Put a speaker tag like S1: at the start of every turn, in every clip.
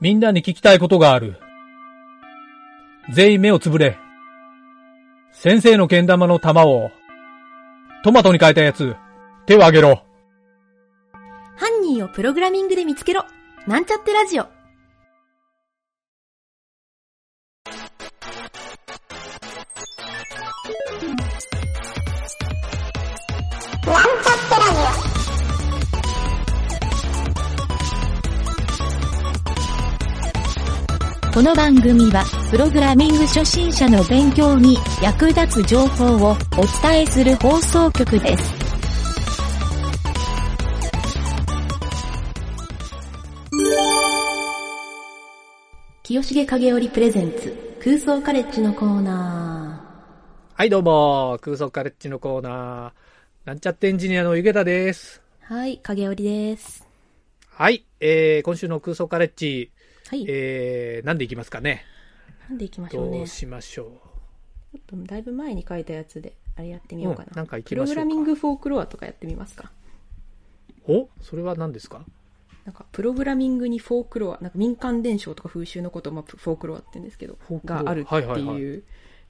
S1: みんなに聞きたいことがある。全員目をつぶれ。先生の剣玉の玉を、トマトに変えたやつ、手を挙げろ。
S2: 犯人をプログラミングで見つけろなんちゃってラジオ
S3: この番組は、プログラミング初心者の勉強に役立つ情報をお伝えする放送局です。
S2: 清重影織プレゼンツ空想カレッジのコーナ
S1: はい、どうも、空想カレッジのコーナー、なんちゃってエンジニアのゆげたです。
S2: ー。はい、影織です。
S1: はい、えー、今週の空想カレッジ、
S2: はい、
S1: えー、なんでいきますかね。
S2: なんでいきましょう
S1: ど
S2: ね。
S1: う
S2: ち
S1: しましょ
S2: ょっとだいぶ前に書いたやつで、あれやってみようかな。
S1: うんなんか行き
S2: プ
S1: ま
S2: ロ
S1: しょうか
S2: グラミングフォークロアとかやってみますか。
S1: う。おそれは何ですか
S2: なんか、プログラミングにフォークロア、なんか民間伝承とか風習のことを、まあ、フォークロアって言うんですけど
S1: フォー、クロア
S2: があるって
S1: はいはいはい
S2: いう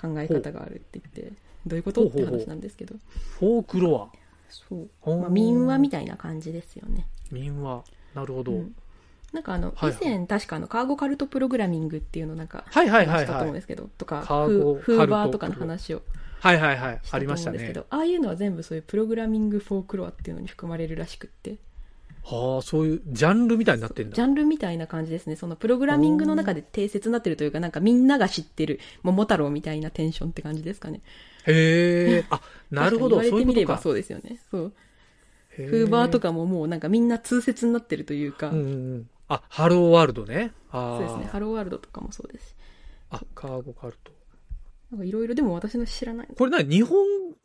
S2: 考え方があるって言って、どういうことっ
S1: ほう
S2: て
S1: ほうほう
S2: 話なんですけど。
S1: フォークロア、
S2: そう。
S1: ほう
S2: まあ、民話みたいな感じですよね。
S1: 民話。なるほど。
S2: うんなんかあの、
S1: はいはい
S2: 以前確かあの、カーゴカルトプログラミングっていうのなんか、
S1: はいはいは
S2: 話
S1: い
S2: したと
S1: は
S2: 思うん
S1: い
S2: で。すけど、とか、
S1: カー
S2: フ
S1: ゴ
S2: ーフ
S1: カ
S2: ーバ
S1: ル
S2: ー
S1: ト
S2: とかの話を
S1: はいはいはい。
S2: した
S1: あ
S2: と
S1: り
S2: 思
S1: まし
S2: う
S1: た
S2: んですけ
S1: ね
S2: ど、。ああいうのは全部そういうプログラミングフォークロアっていうのに含まれるらしくって、
S1: はあ、そういうジャンルみたいになってん
S2: ジ
S1: だ。
S2: ャンルみたいな感じですね。そのプログラミングの中で定説になってるというか、なんかみんなが知ってる桃太郎みたいなテンションって感じですかね。
S1: へえ。あ、なるほど。
S2: 確か
S1: そう
S2: に
S1: い
S2: 言われ
S1: うこ
S2: てみれ
S1: と
S2: ば
S1: か。
S2: そうですよね。そう。
S1: へえ
S2: フーバーと。かももうなんかみんな通説になってるというか、
S1: うんうんうん。あ、ハローワールドね。あ
S2: そうですね。ハ
S1: ね。
S2: ローワールドとかもそうですし。
S1: あ、カーゴカルト。
S2: なんかいろいろでも私の知らない。
S1: これ何日本、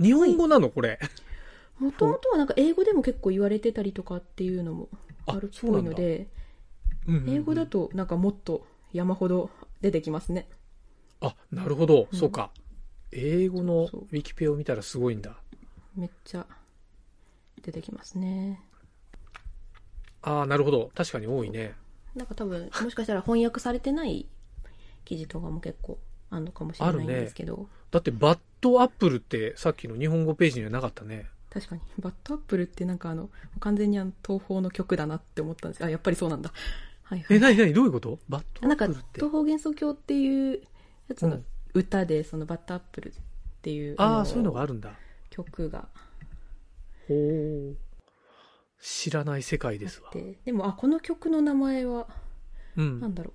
S1: 日本語なのこれ。
S2: もともとはなんか英語でも結構言われてたりとかっていうのもあるっぽいので、
S1: うんうんうん
S2: 英語だとなんかもっと山ほど出てきますね。
S1: あ、なるほど。
S2: うん
S1: そうか。英語の
S2: そう
S1: ウィキペを見たらすごいんだ。
S2: めっちゃ出てきますね。
S1: ああ、なるほど。確かに多いね。
S2: なんか多分、もしかしたら翻訳されてない記事とかも結構あるのかもしれないんですけど、
S1: だって、バッドアップルってさっきの日本語ページにはなかったね。
S2: 確かに、バッドアップルってなんかあの、完全にあの東方の曲だなって思ったんですあ、やっぱりそうなんだ。はいは
S1: え、
S2: い。
S1: なになにどういうことバッドア
S2: なん
S1: ップ
S2: か
S1: ルって。
S2: 東方幻想郷っていうやつ
S1: う
S2: の
S1: ん
S2: 歌で、そのバッドアップルっていう、
S1: あ
S2: の
S1: あ、そういうのがあるんだ。
S2: 曲が
S1: ほう。知らない世界ですわ。
S2: ででもあこの曲の名前は
S1: う
S2: なん
S1: ん。
S2: だろ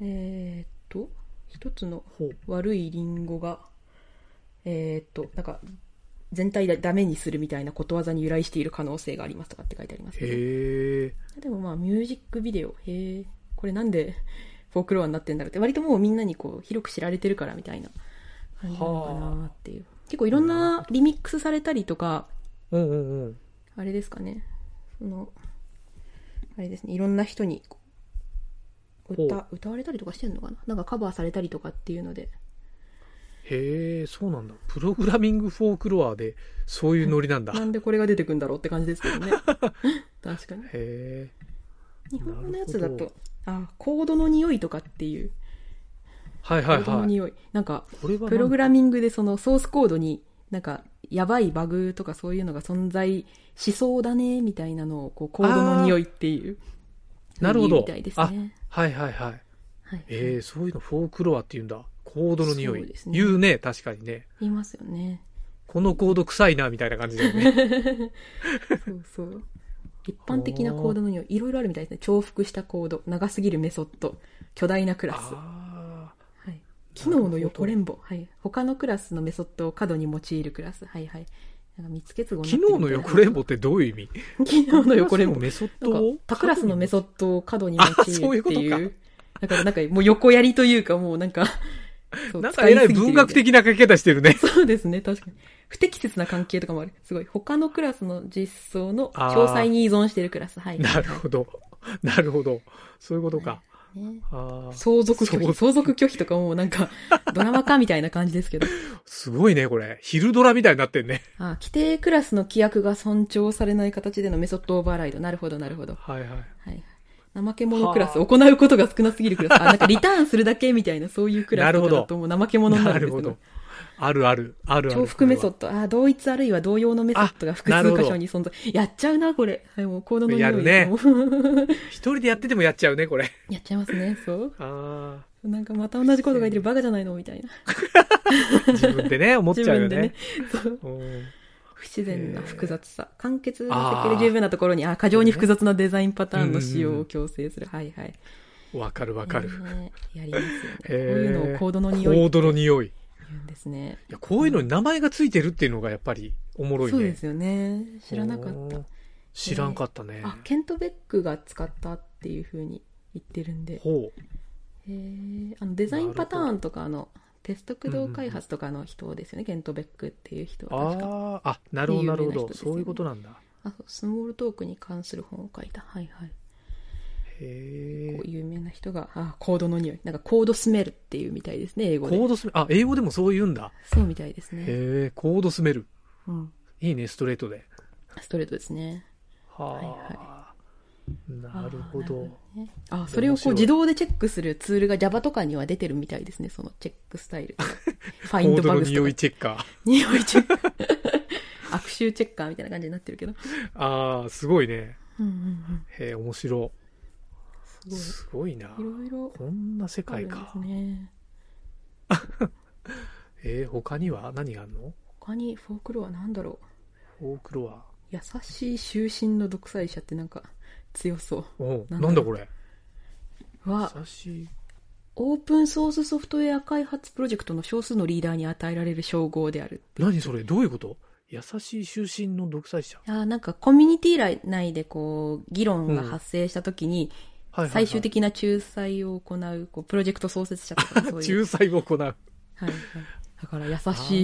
S2: う、えーっと一つの
S1: ほう。
S2: 悪いリンゴがえーっとなんか全体だダメにするみたいなことわざに由来している可能性がありますとかって書いてありますけど
S1: へえ。
S2: でもまあミュージックビデオへえこれなんでフォークロアになってんだろうって割ともうみんなにこう広く知られてるからみたいな感じなのかなっていう結構いろんなリミックスされたりとか
S1: うんうんうん。
S2: あれですかね、その、あれですね、いろんな人にこう
S1: ほう
S2: 歌、歌われたりとかしてんのかななんかカバーされたりとかっていうので、
S1: へえ、そうなんだ。プログラミングフォークロアで、そういうノリなんだ。
S2: な
S1: へ
S2: んでこれが出てくんだろうって感じですけ どね。確かに。
S1: え。
S2: 日本語のやつだ
S1: なる
S2: と、あ、コードの匂いとかっていう、
S1: はい
S2: コ
S1: はい
S2: ードの
S1: はい。
S2: 匂い。なんか、
S1: これは
S2: プログ
S1: ラ
S2: ラミングでそのソースコードになんか、やばいバグとかそういうのが存在しそうだね、みたいなのを、こう、コードの匂いっていう。
S1: なるほど
S2: みたいですね。
S1: はいはいはい。
S2: はい。
S1: えー、そういうのフォークロアって言うんだ。コードの匂
S2: そう
S1: い
S2: です。ね
S1: 言うね、確かにね。
S2: 言いますよね。
S1: このコード臭いな、みたいな感じだよね。
S2: そうそう。一般的なコードのよういろいろあるみたいですね。重複したコード、長すぎるメソッド、巨大なクラス。は
S1: あ
S2: い。機能の横連棒。はい。他のクラスのメソッドを過度に用いるクラス。はいはい。なんか見つけつご
S1: ー
S2: に
S1: 機
S2: なって
S1: 能
S2: るみ
S1: の
S2: たい
S1: 横
S2: な
S1: レンボってどういう意味
S2: 機能の横連棒。
S1: メソッ
S2: な
S1: ド
S2: んか
S1: を、
S2: 他クラスのメソッドを過度に用いる
S1: あ
S2: って
S1: そういうことか
S2: いう。だからなんかもう横やりというかもうなんか、そう
S1: なんかえらい
S2: 使すぎてる
S1: 文
S2: みた
S1: 学的な書き方してるね。
S2: そうですね、確かに。不適切な関係とかもある。すごい。他のクラスの実装の詳細に依存してるクラス。はい。
S1: なるほど。なるほど。そういうことか。
S2: ね
S1: あー
S2: 相続拒
S1: そう
S2: 否。相続拒否とかもうなんか、 ドラマ化みたいな感じですけど。
S1: すごいね、これ。昼ドラみたいになってんね。
S2: あ規定クラスの規約が尊重されない形でのメソッドオーバーライド。なるほど、なるほど。
S1: はいはい。
S2: はい。怠け者クラス、行うことが少なすぎるクラス。あ、なんかリターンするだけみたいな、そういうクラスとかだともう怠け者にな
S1: な
S2: るん
S1: る
S2: です
S1: ほ
S2: けど
S1: ど。。あるある、あるある。
S2: 重複メソッド。あー、同一あるいは同様のメソッドが複
S1: あなるほ
S2: 数
S1: ど
S2: 箇所に存在。やっちゃうな、これ。はい、もうコードの匂い
S1: やるね
S2: もう
S1: ド。一人でやっててもやっちゃうね、これ。
S2: やっちゃいますね、そう。
S1: あ
S2: なんかまた同じことが言ってるバカじゃないの みたいな。
S1: あ。自分で ね、思っちゃうよね。
S2: 自分でね。そう
S1: うん
S2: 不自然な複雑さ。簡潔
S1: あ
S2: だ
S1: ー
S2: けで十分なところに、あー過剰に複雑なデザインパターンの使用を強制する。はいはい。
S1: わかるわかる。
S2: ねやりますよね。こう
S1: へー
S2: いうのをコードの匂
S1: コ
S2: い
S1: ー
S2: って
S1: ドの匂い。い
S2: 言うんですね。
S1: や、こういうのに名前がついてるっていうのがやっぱりおもろいね。
S2: そうですよね。知らなかっ
S1: おー
S2: た。。
S1: 知らんかったね。
S2: あ、ケント・ベックが使ったっていうふうに言ってるんで。
S1: ほう。
S2: へーあのデザインパターンとかあのテスト駆動開発とかの人ですよね、ケント・ベックっていう人は確か
S1: ああ、あ、なるほど、なるほ
S2: 有名な人
S1: ど。
S2: ですよね
S1: そういうことなんだ。
S2: あそうスモールトークに関する本を書いたはいはい
S1: へ
S2: こ
S1: え
S2: う。有名な人があコードの匂いなんかコードスメルっていうみたいですね英
S1: コ
S2: 語で
S1: ードスメあ、英語でもそう言うんだ。
S2: そうみたいですね、
S1: へえ、コードスメル。
S2: うん、
S1: いいね、ストレートで。
S2: ストレートですね
S1: はあ。なるほ
S2: あーな
S1: ど
S2: る。ほどねあそれをこう
S1: 面白い
S2: 自動でチェックするツールが Java とかには出てるみたいですねそのチェックスタ イルフ
S1: コ
S2: ァイ
S1: ー
S2: ンド
S1: ド
S2: バ
S1: の
S2: グスと
S1: 匂
S2: か
S1: いチェッカー。
S2: 匂いチェック 悪臭チェッカーみたいな感じになってるけど
S1: ああ、すごいね。
S2: うんうんうん
S1: へえ、面白
S2: す
S1: い。
S2: ごい。
S1: すごいない
S2: ろいろ
S1: こんな世
S2: あ
S1: 界
S2: るんで
S1: か
S2: す。ね。
S1: えー、他には何があるの
S2: 他にフォークロアなんだろ
S1: フォークロア。
S2: う。優しい終身の独裁者ってなんか強そ
S1: おう
S2: なんだ
S1: なんだこれ。
S2: う。は、
S1: 優しい。
S2: オープンソースソフトウェア開発プロジェクトの少数のリーダーに与えられる称号である。
S1: 何それどういうこと優しい終身の独裁者。
S2: あーなんかコミュニティ内でこう、議論が発生した時に、
S1: はいはいはい
S2: 最終的な仲裁を行う、こう、プロジェクト創設者とかそういう。
S1: 仲裁を行う。
S2: はいはい。だから優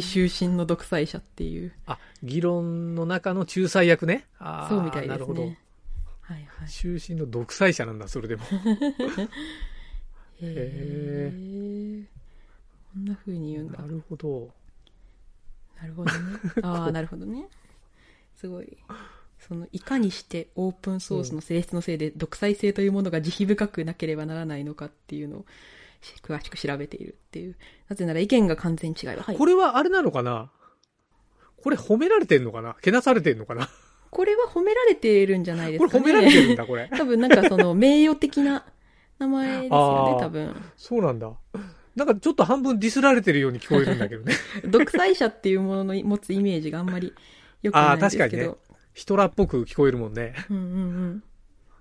S2: しい終身の独裁者っていう、
S1: あ、議論の中の仲裁役ね。あー
S2: そうみたいで
S1: な
S2: す
S1: るほど。
S2: ね。はいはい。
S1: 終身の独裁者なんだ、それでも。
S2: へえ。こんな風に言うんだ
S1: な。るほど。
S2: なるほどね。 ああ、なるほどね。すごい。その、いかにしてオープンソースの性質のせいで独裁性というものが慈悲深くなければならないのかっていうのをし詳しく調べているっていう。なぜなら意見が完全に違いははい
S1: こ。れはあれなのかなこれ褒められてんのかなけなされてんのかな
S2: これは褒められているんじゃないです
S1: こ
S2: か
S1: れ
S2: ね。
S1: 褒められてるんだ、こ
S2: 。
S1: れ
S2: 多分なんかその、名誉的な名前ですよ
S1: あー
S2: ね、多分。
S1: そうなんだ。なんかちょっと半分ディスられてるように聞こえるんだ けどね。
S2: 独裁者っていうものの持つイメージがあんまり良くないんですけど。
S1: あー確かにねヒトラーっぽく聞こえるもんね。
S2: うんうん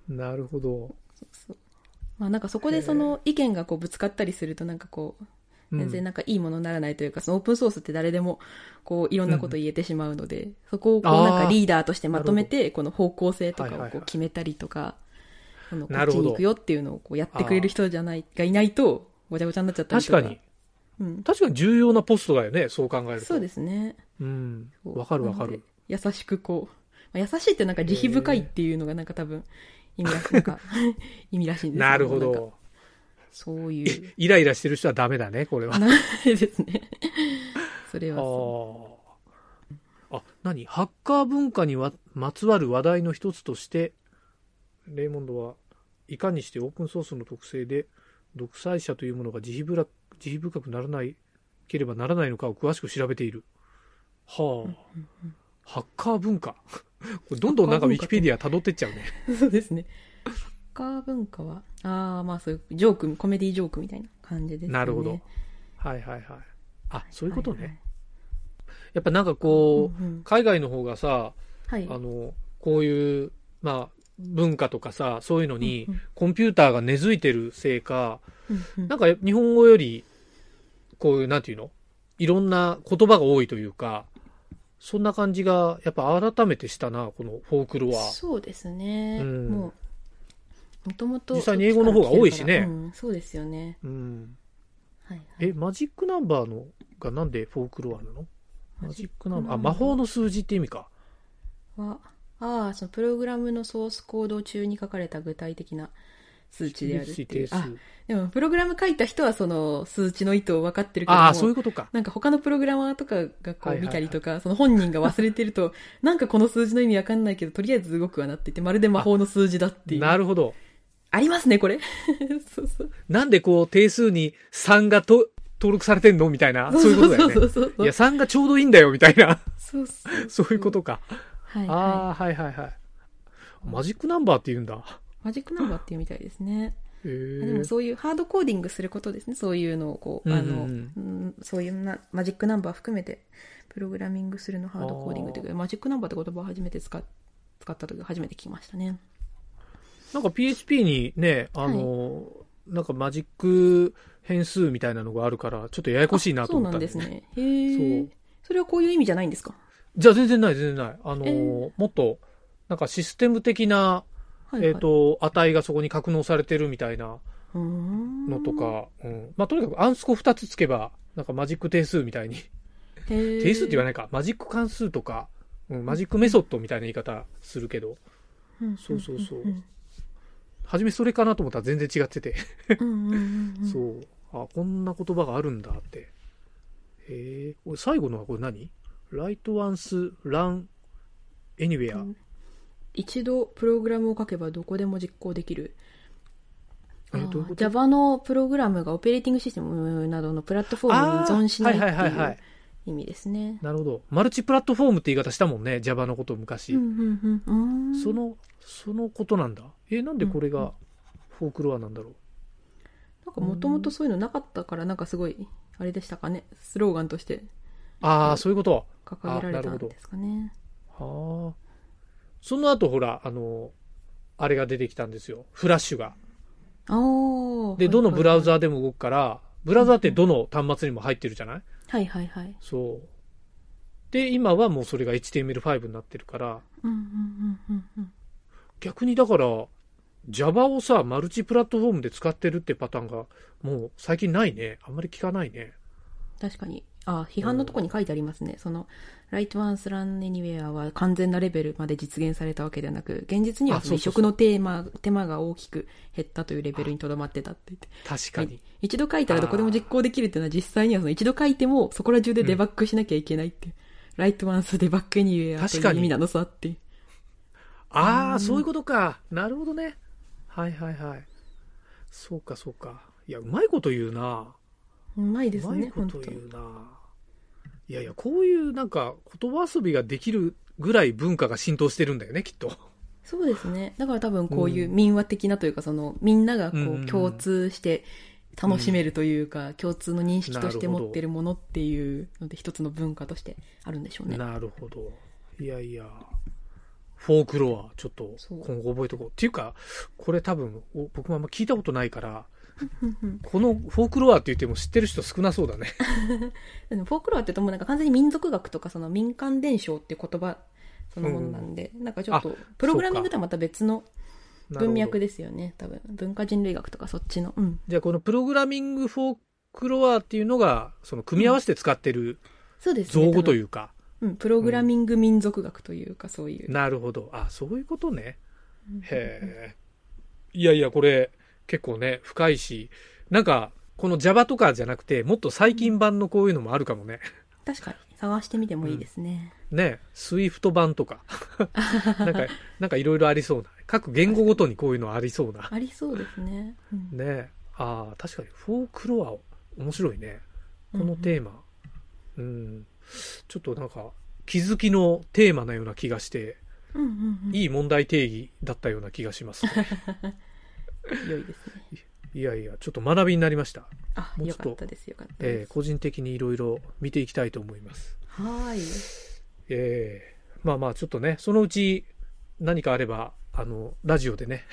S2: うん。
S1: なるほど。
S2: そうまあなんかそこでその意見がこうぶつかったりするとなんかこう
S1: うん
S2: 全然なんかいいものにならないというか、そのオープンソースって誰でもこういろんなこと言えてしまうので、そこをこう
S1: あー
S2: なんかリーダーとしてまとめてこの方向性と
S1: はい
S2: か
S1: はい
S2: を
S1: は
S2: こ
S1: いう
S2: 決めたりとか、そのこ
S1: な
S2: っ
S1: る
S2: ち
S1: ほど
S2: に行くよっていうのをこうやってくれる人じゃないがいないとごちゃごちゃになっちゃったり
S1: 確
S2: とか
S1: かに。
S2: うん、
S1: 確かに重要なポストだよね、そう考えると。
S2: そうですね
S1: うん。
S2: そう
S1: わかるわか
S2: なの
S1: る
S2: で。優しくこう、まあ、優しいってなんか慈悲深いっていうのがなんか多分意味らしいなんか 意味らしいんですけ
S1: なるほ
S2: なんか
S1: ど。
S2: そういう
S1: イライラしてる人はダメだね、これは。あ
S2: ないですね。それはそ
S1: ーあ、何ハッカー文化にわまつわる話題の一つとして、レイモンドはいかにしてオープンソースの特性で、独裁者というものが慈悲ぶら慈悲深くならないければならないのかを詳しく調べている。はあ。ハッカー文化。 これどんどんなんかウ
S2: ハ
S1: ィ
S2: ッカ
S1: キペ
S2: ー文化
S1: ディア辿ってっちゃうね。
S2: う。 そうですね。サッカー文化は、ああ、まあそういうジョーク、コメディジョークみたいな感じですよね。
S1: なるほど。はいはいはい。あ、そういうことね。
S2: はいはい
S1: やっぱなんかこう、
S2: うんうん
S1: 海外の方がさ、
S2: はい。
S1: あの、こういう、まあ、文化とかさ、そういうのに
S2: うんうん、
S1: コンピューターが根付いてるせいか、
S2: うんうん
S1: なんか日本語より、こういう、なんていうのいろんな言葉が多いというか、そんな感じが、やっぱ改めてしたな、このフォークロア。
S2: そうですね。
S1: うん
S2: もう、もともと。
S1: 実際に英語の方が多いしね
S2: うん、そうですよね。
S1: うん。
S2: はい、はい。
S1: え、マジックナンバーの、がなんでフォークロアなのマジックナンバー、あ、
S2: マ
S1: 魔
S2: ジックナ
S1: 法
S2: ンバー
S1: の数字って意味か。
S2: は、ああ、そのプログラムのソースコード中に書かれた具体的な数値であるってい
S1: 定
S2: う。
S1: 数
S2: あ、でもプログラム書いた人はその数値の意図を分かってるけども
S1: ああ、そういうことか。
S2: なんか他のプログラマーとかがこ
S1: はいはいうはい
S2: 見たりとか、その本人が忘れてる と、なんかこの数字の意味わかんないけど、とりあえず動くわなって言って、まるで魔法の数字だっていう。
S1: なるほど。
S2: あります ね、これ。そうそう。
S1: なんでこう定数に3がと登録されてんのみたいな、そういうことだよね。
S2: そうそう
S1: い
S2: そう
S1: や、。3がちょうどいいんだよ、みたいな。
S2: そうそう。
S1: そういうことか。
S2: はい、は
S1: ああ、はいはいはい。マジックナンバーって言うんだ。
S2: い。マジックナンバーっていうみたいですね。
S1: へ
S2: でも
S1: え。
S2: そういうハードコーディングすることですね。そういうのをこう、あの、
S1: う
S2: うん
S1: うん
S2: んそういうなマジックナンバー含めて、プログラミングするのハードコーディングというか、マジックナンバーって言葉を初めて使っ使った時初めて聞きましたね。
S1: なんか PHP にね、あの、なんかマジック変数みたいなのがあるから、ちょっとややこしいなと思った
S2: あ
S1: んだよ
S2: そうなんですね。へえ。
S1: そう
S2: それはこういう意味じゃないんですか
S1: じゃあ全然ない、全然ない。あの、
S2: えー
S1: もっと、なんかシステム的な、
S2: はい、はい。
S1: えっ、、と、値がそこに格納されてるみたいなの
S2: の
S1: と。か、うん。まあ、とにかくアンスコ2つつけば、なんかマジック定数みたいに、
S2: へえ。
S1: 定数って言わ
S2: ない。
S1: ないか、マジック関数とか、うん、マジックメソッドみたいな言い方するけど、そうそうそう
S2: うん
S1: 初めそれかなと思ったら全然違ってて、
S2: うんうんうん。
S1: そ。う。あ、こんな言葉があるんだって。へえ、これ最後のはこれ何ライトワンス、ラン、エニウェア。
S2: 一度プログラムを書けばどこでも実行できる。
S1: えどういうこと
S2: Java のプログラムがオペレーティングシステムなどのプラットフォームに依存しないって
S1: あーはいはいはい
S2: い
S1: は
S2: う
S1: い
S2: 意味ですね。
S1: なるほど。マルチプラットフォームって言い方したもんね、Java のことを昔。
S2: うんうんうんうん
S1: その、そのことなんだ。え、なんでこれ
S2: うんうん
S1: がフォークロアなんだろう。
S2: なんかもともとそういうのなかったからなんかすごいあれでしたかねスローガンとして
S1: ああ、そういうこと。
S2: 掲げられたんですかね
S1: はあ。その後、ほら、あの、あれが出てきたんですよ。フラッシュが。
S2: ああ
S1: で、どのブラウ
S2: ー
S1: ザーでも動くから、ブラウザーってどの端末にも入ってるじゃない
S2: はいはいはい
S1: そう。で、今はもうそれが HTML5 になってるから、
S2: うんうんうんうんうん
S1: 逆にだから、Java をさ、マルチプラットフォームで使ってるってパターンが、もう最近ないね。あんまり聞かないね。
S2: 確かにあ批判のとこに書いてありますねその「ライトワンスラン Anywhere」は完全なレベルまで実現されたわけではなく現実には
S1: あ
S2: その移
S1: そうそうそう
S2: 植のテーマ手間が大きく減ったというレベルにとどまってたって言って
S1: 確かに。
S2: 一度書いたらどこでも実行できるっていうのは実際にはその一度書いてもそこら中でデバッグしなきゃいけないっていう。ライトワンスデバッグエニウェアと
S1: 確
S2: い
S1: か
S2: う
S1: に
S2: 意味なのさっていう。
S1: ああ、そういうことか。なるほどね。はいはいはい。そうかそうか。いや、うまいこと言うな。
S2: うまいうです
S1: まい
S2: ね、
S1: こ
S2: 本当
S1: と言うな。いやいや、こういうなんか言葉遊びができるぐらい文化が浸透してるんだよね、きっと。
S2: そうですね。だから多分こうい
S1: う
S2: う民話的なというか、そのみんながこ
S1: うんうんう
S2: うん共通して楽しめるというか、共通の認識として
S1: なるほど
S2: 持ってるものっていうので一つの文化としてあるんでしょうね。
S1: なるほど。いやいや。フォークロア、ちょっと
S2: そう
S1: 今後覚えとこう。っていうか、これ多分お僕もあんま聞いたことない から、
S2: うんうん
S1: このフォークロアって言っても知ってる人少なそうだ ね。
S2: でもフォークロアって言うともうなんか完全に民族学とかその民間伝承っていう言葉そのものなんで、なんかちょっとプログラミングとはまた別の文脈
S1: で。
S2: ですよね多分文化人類学とかそっちのうん
S1: じゃあこのプログラミングフォークロアっていうのが、その組み合わせて使ってる
S2: そうですね
S1: 造語と
S2: う、
S1: いうか。
S2: 多分うん、プログラミング民族学というかそういう、
S1: なるほど。あ、そういうことね。へえ。いやいや、これ結構ね、深いし、なんか、この Java とかじゃなくて、もっと最近版のこういうのもあるかもね。
S2: 確かに探してみてもいいですね、
S1: ね、Swift 版と か。なんか、なんかいろいろありそうな。各言語ごとにこういうのありそうな。
S2: ありそうですね、うん
S1: ね。ああ、確かに、フォークロア、面白いね。このテーマ。うん、ちょっとなんか、気づきのテーマなような気がして、
S2: うんうんうん、
S1: いい問題定義だったような気がしますね。
S2: 良いですね
S1: いやいや、ちょっと学びになりました。
S2: あ
S1: もうち
S2: よ
S1: ょっ
S2: か
S1: と
S2: ったですよかった
S1: え
S2: で
S1: ー
S2: す、
S1: 個人的にいろいろ見ていきたいと思います。
S2: はーい
S1: えーまあまあ、ちょっとね、そのうち何かあれば、あの、ラジオで ね、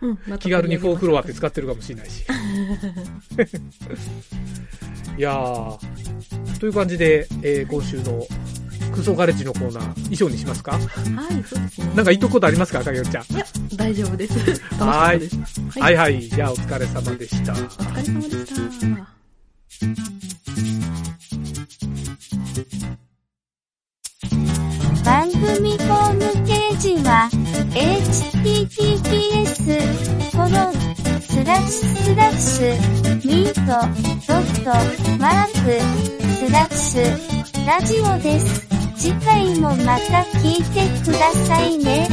S2: うんまた
S1: 気軽にフォークロアっ
S2: 取
S1: て
S2: り
S1: 使ってるかもしれない し。いやー、という感じで、えー今週の空想ガレッジのコーナー、以上にしますか
S2: 上げましょうはいそうですね
S1: なんか言っとくことありますか影尾ちゃん。
S2: いや大丈夫です楽しかったですは
S1: はいはい。じゃあ、お疲れ様でした。
S2: お疲れ様でした。
S3: 番組ホームページは、https, コロン、スラッシュスラッシュ、ミート、ドット、マーク、スラッシュ、ラジオです。次回もまた聞いてくださいね。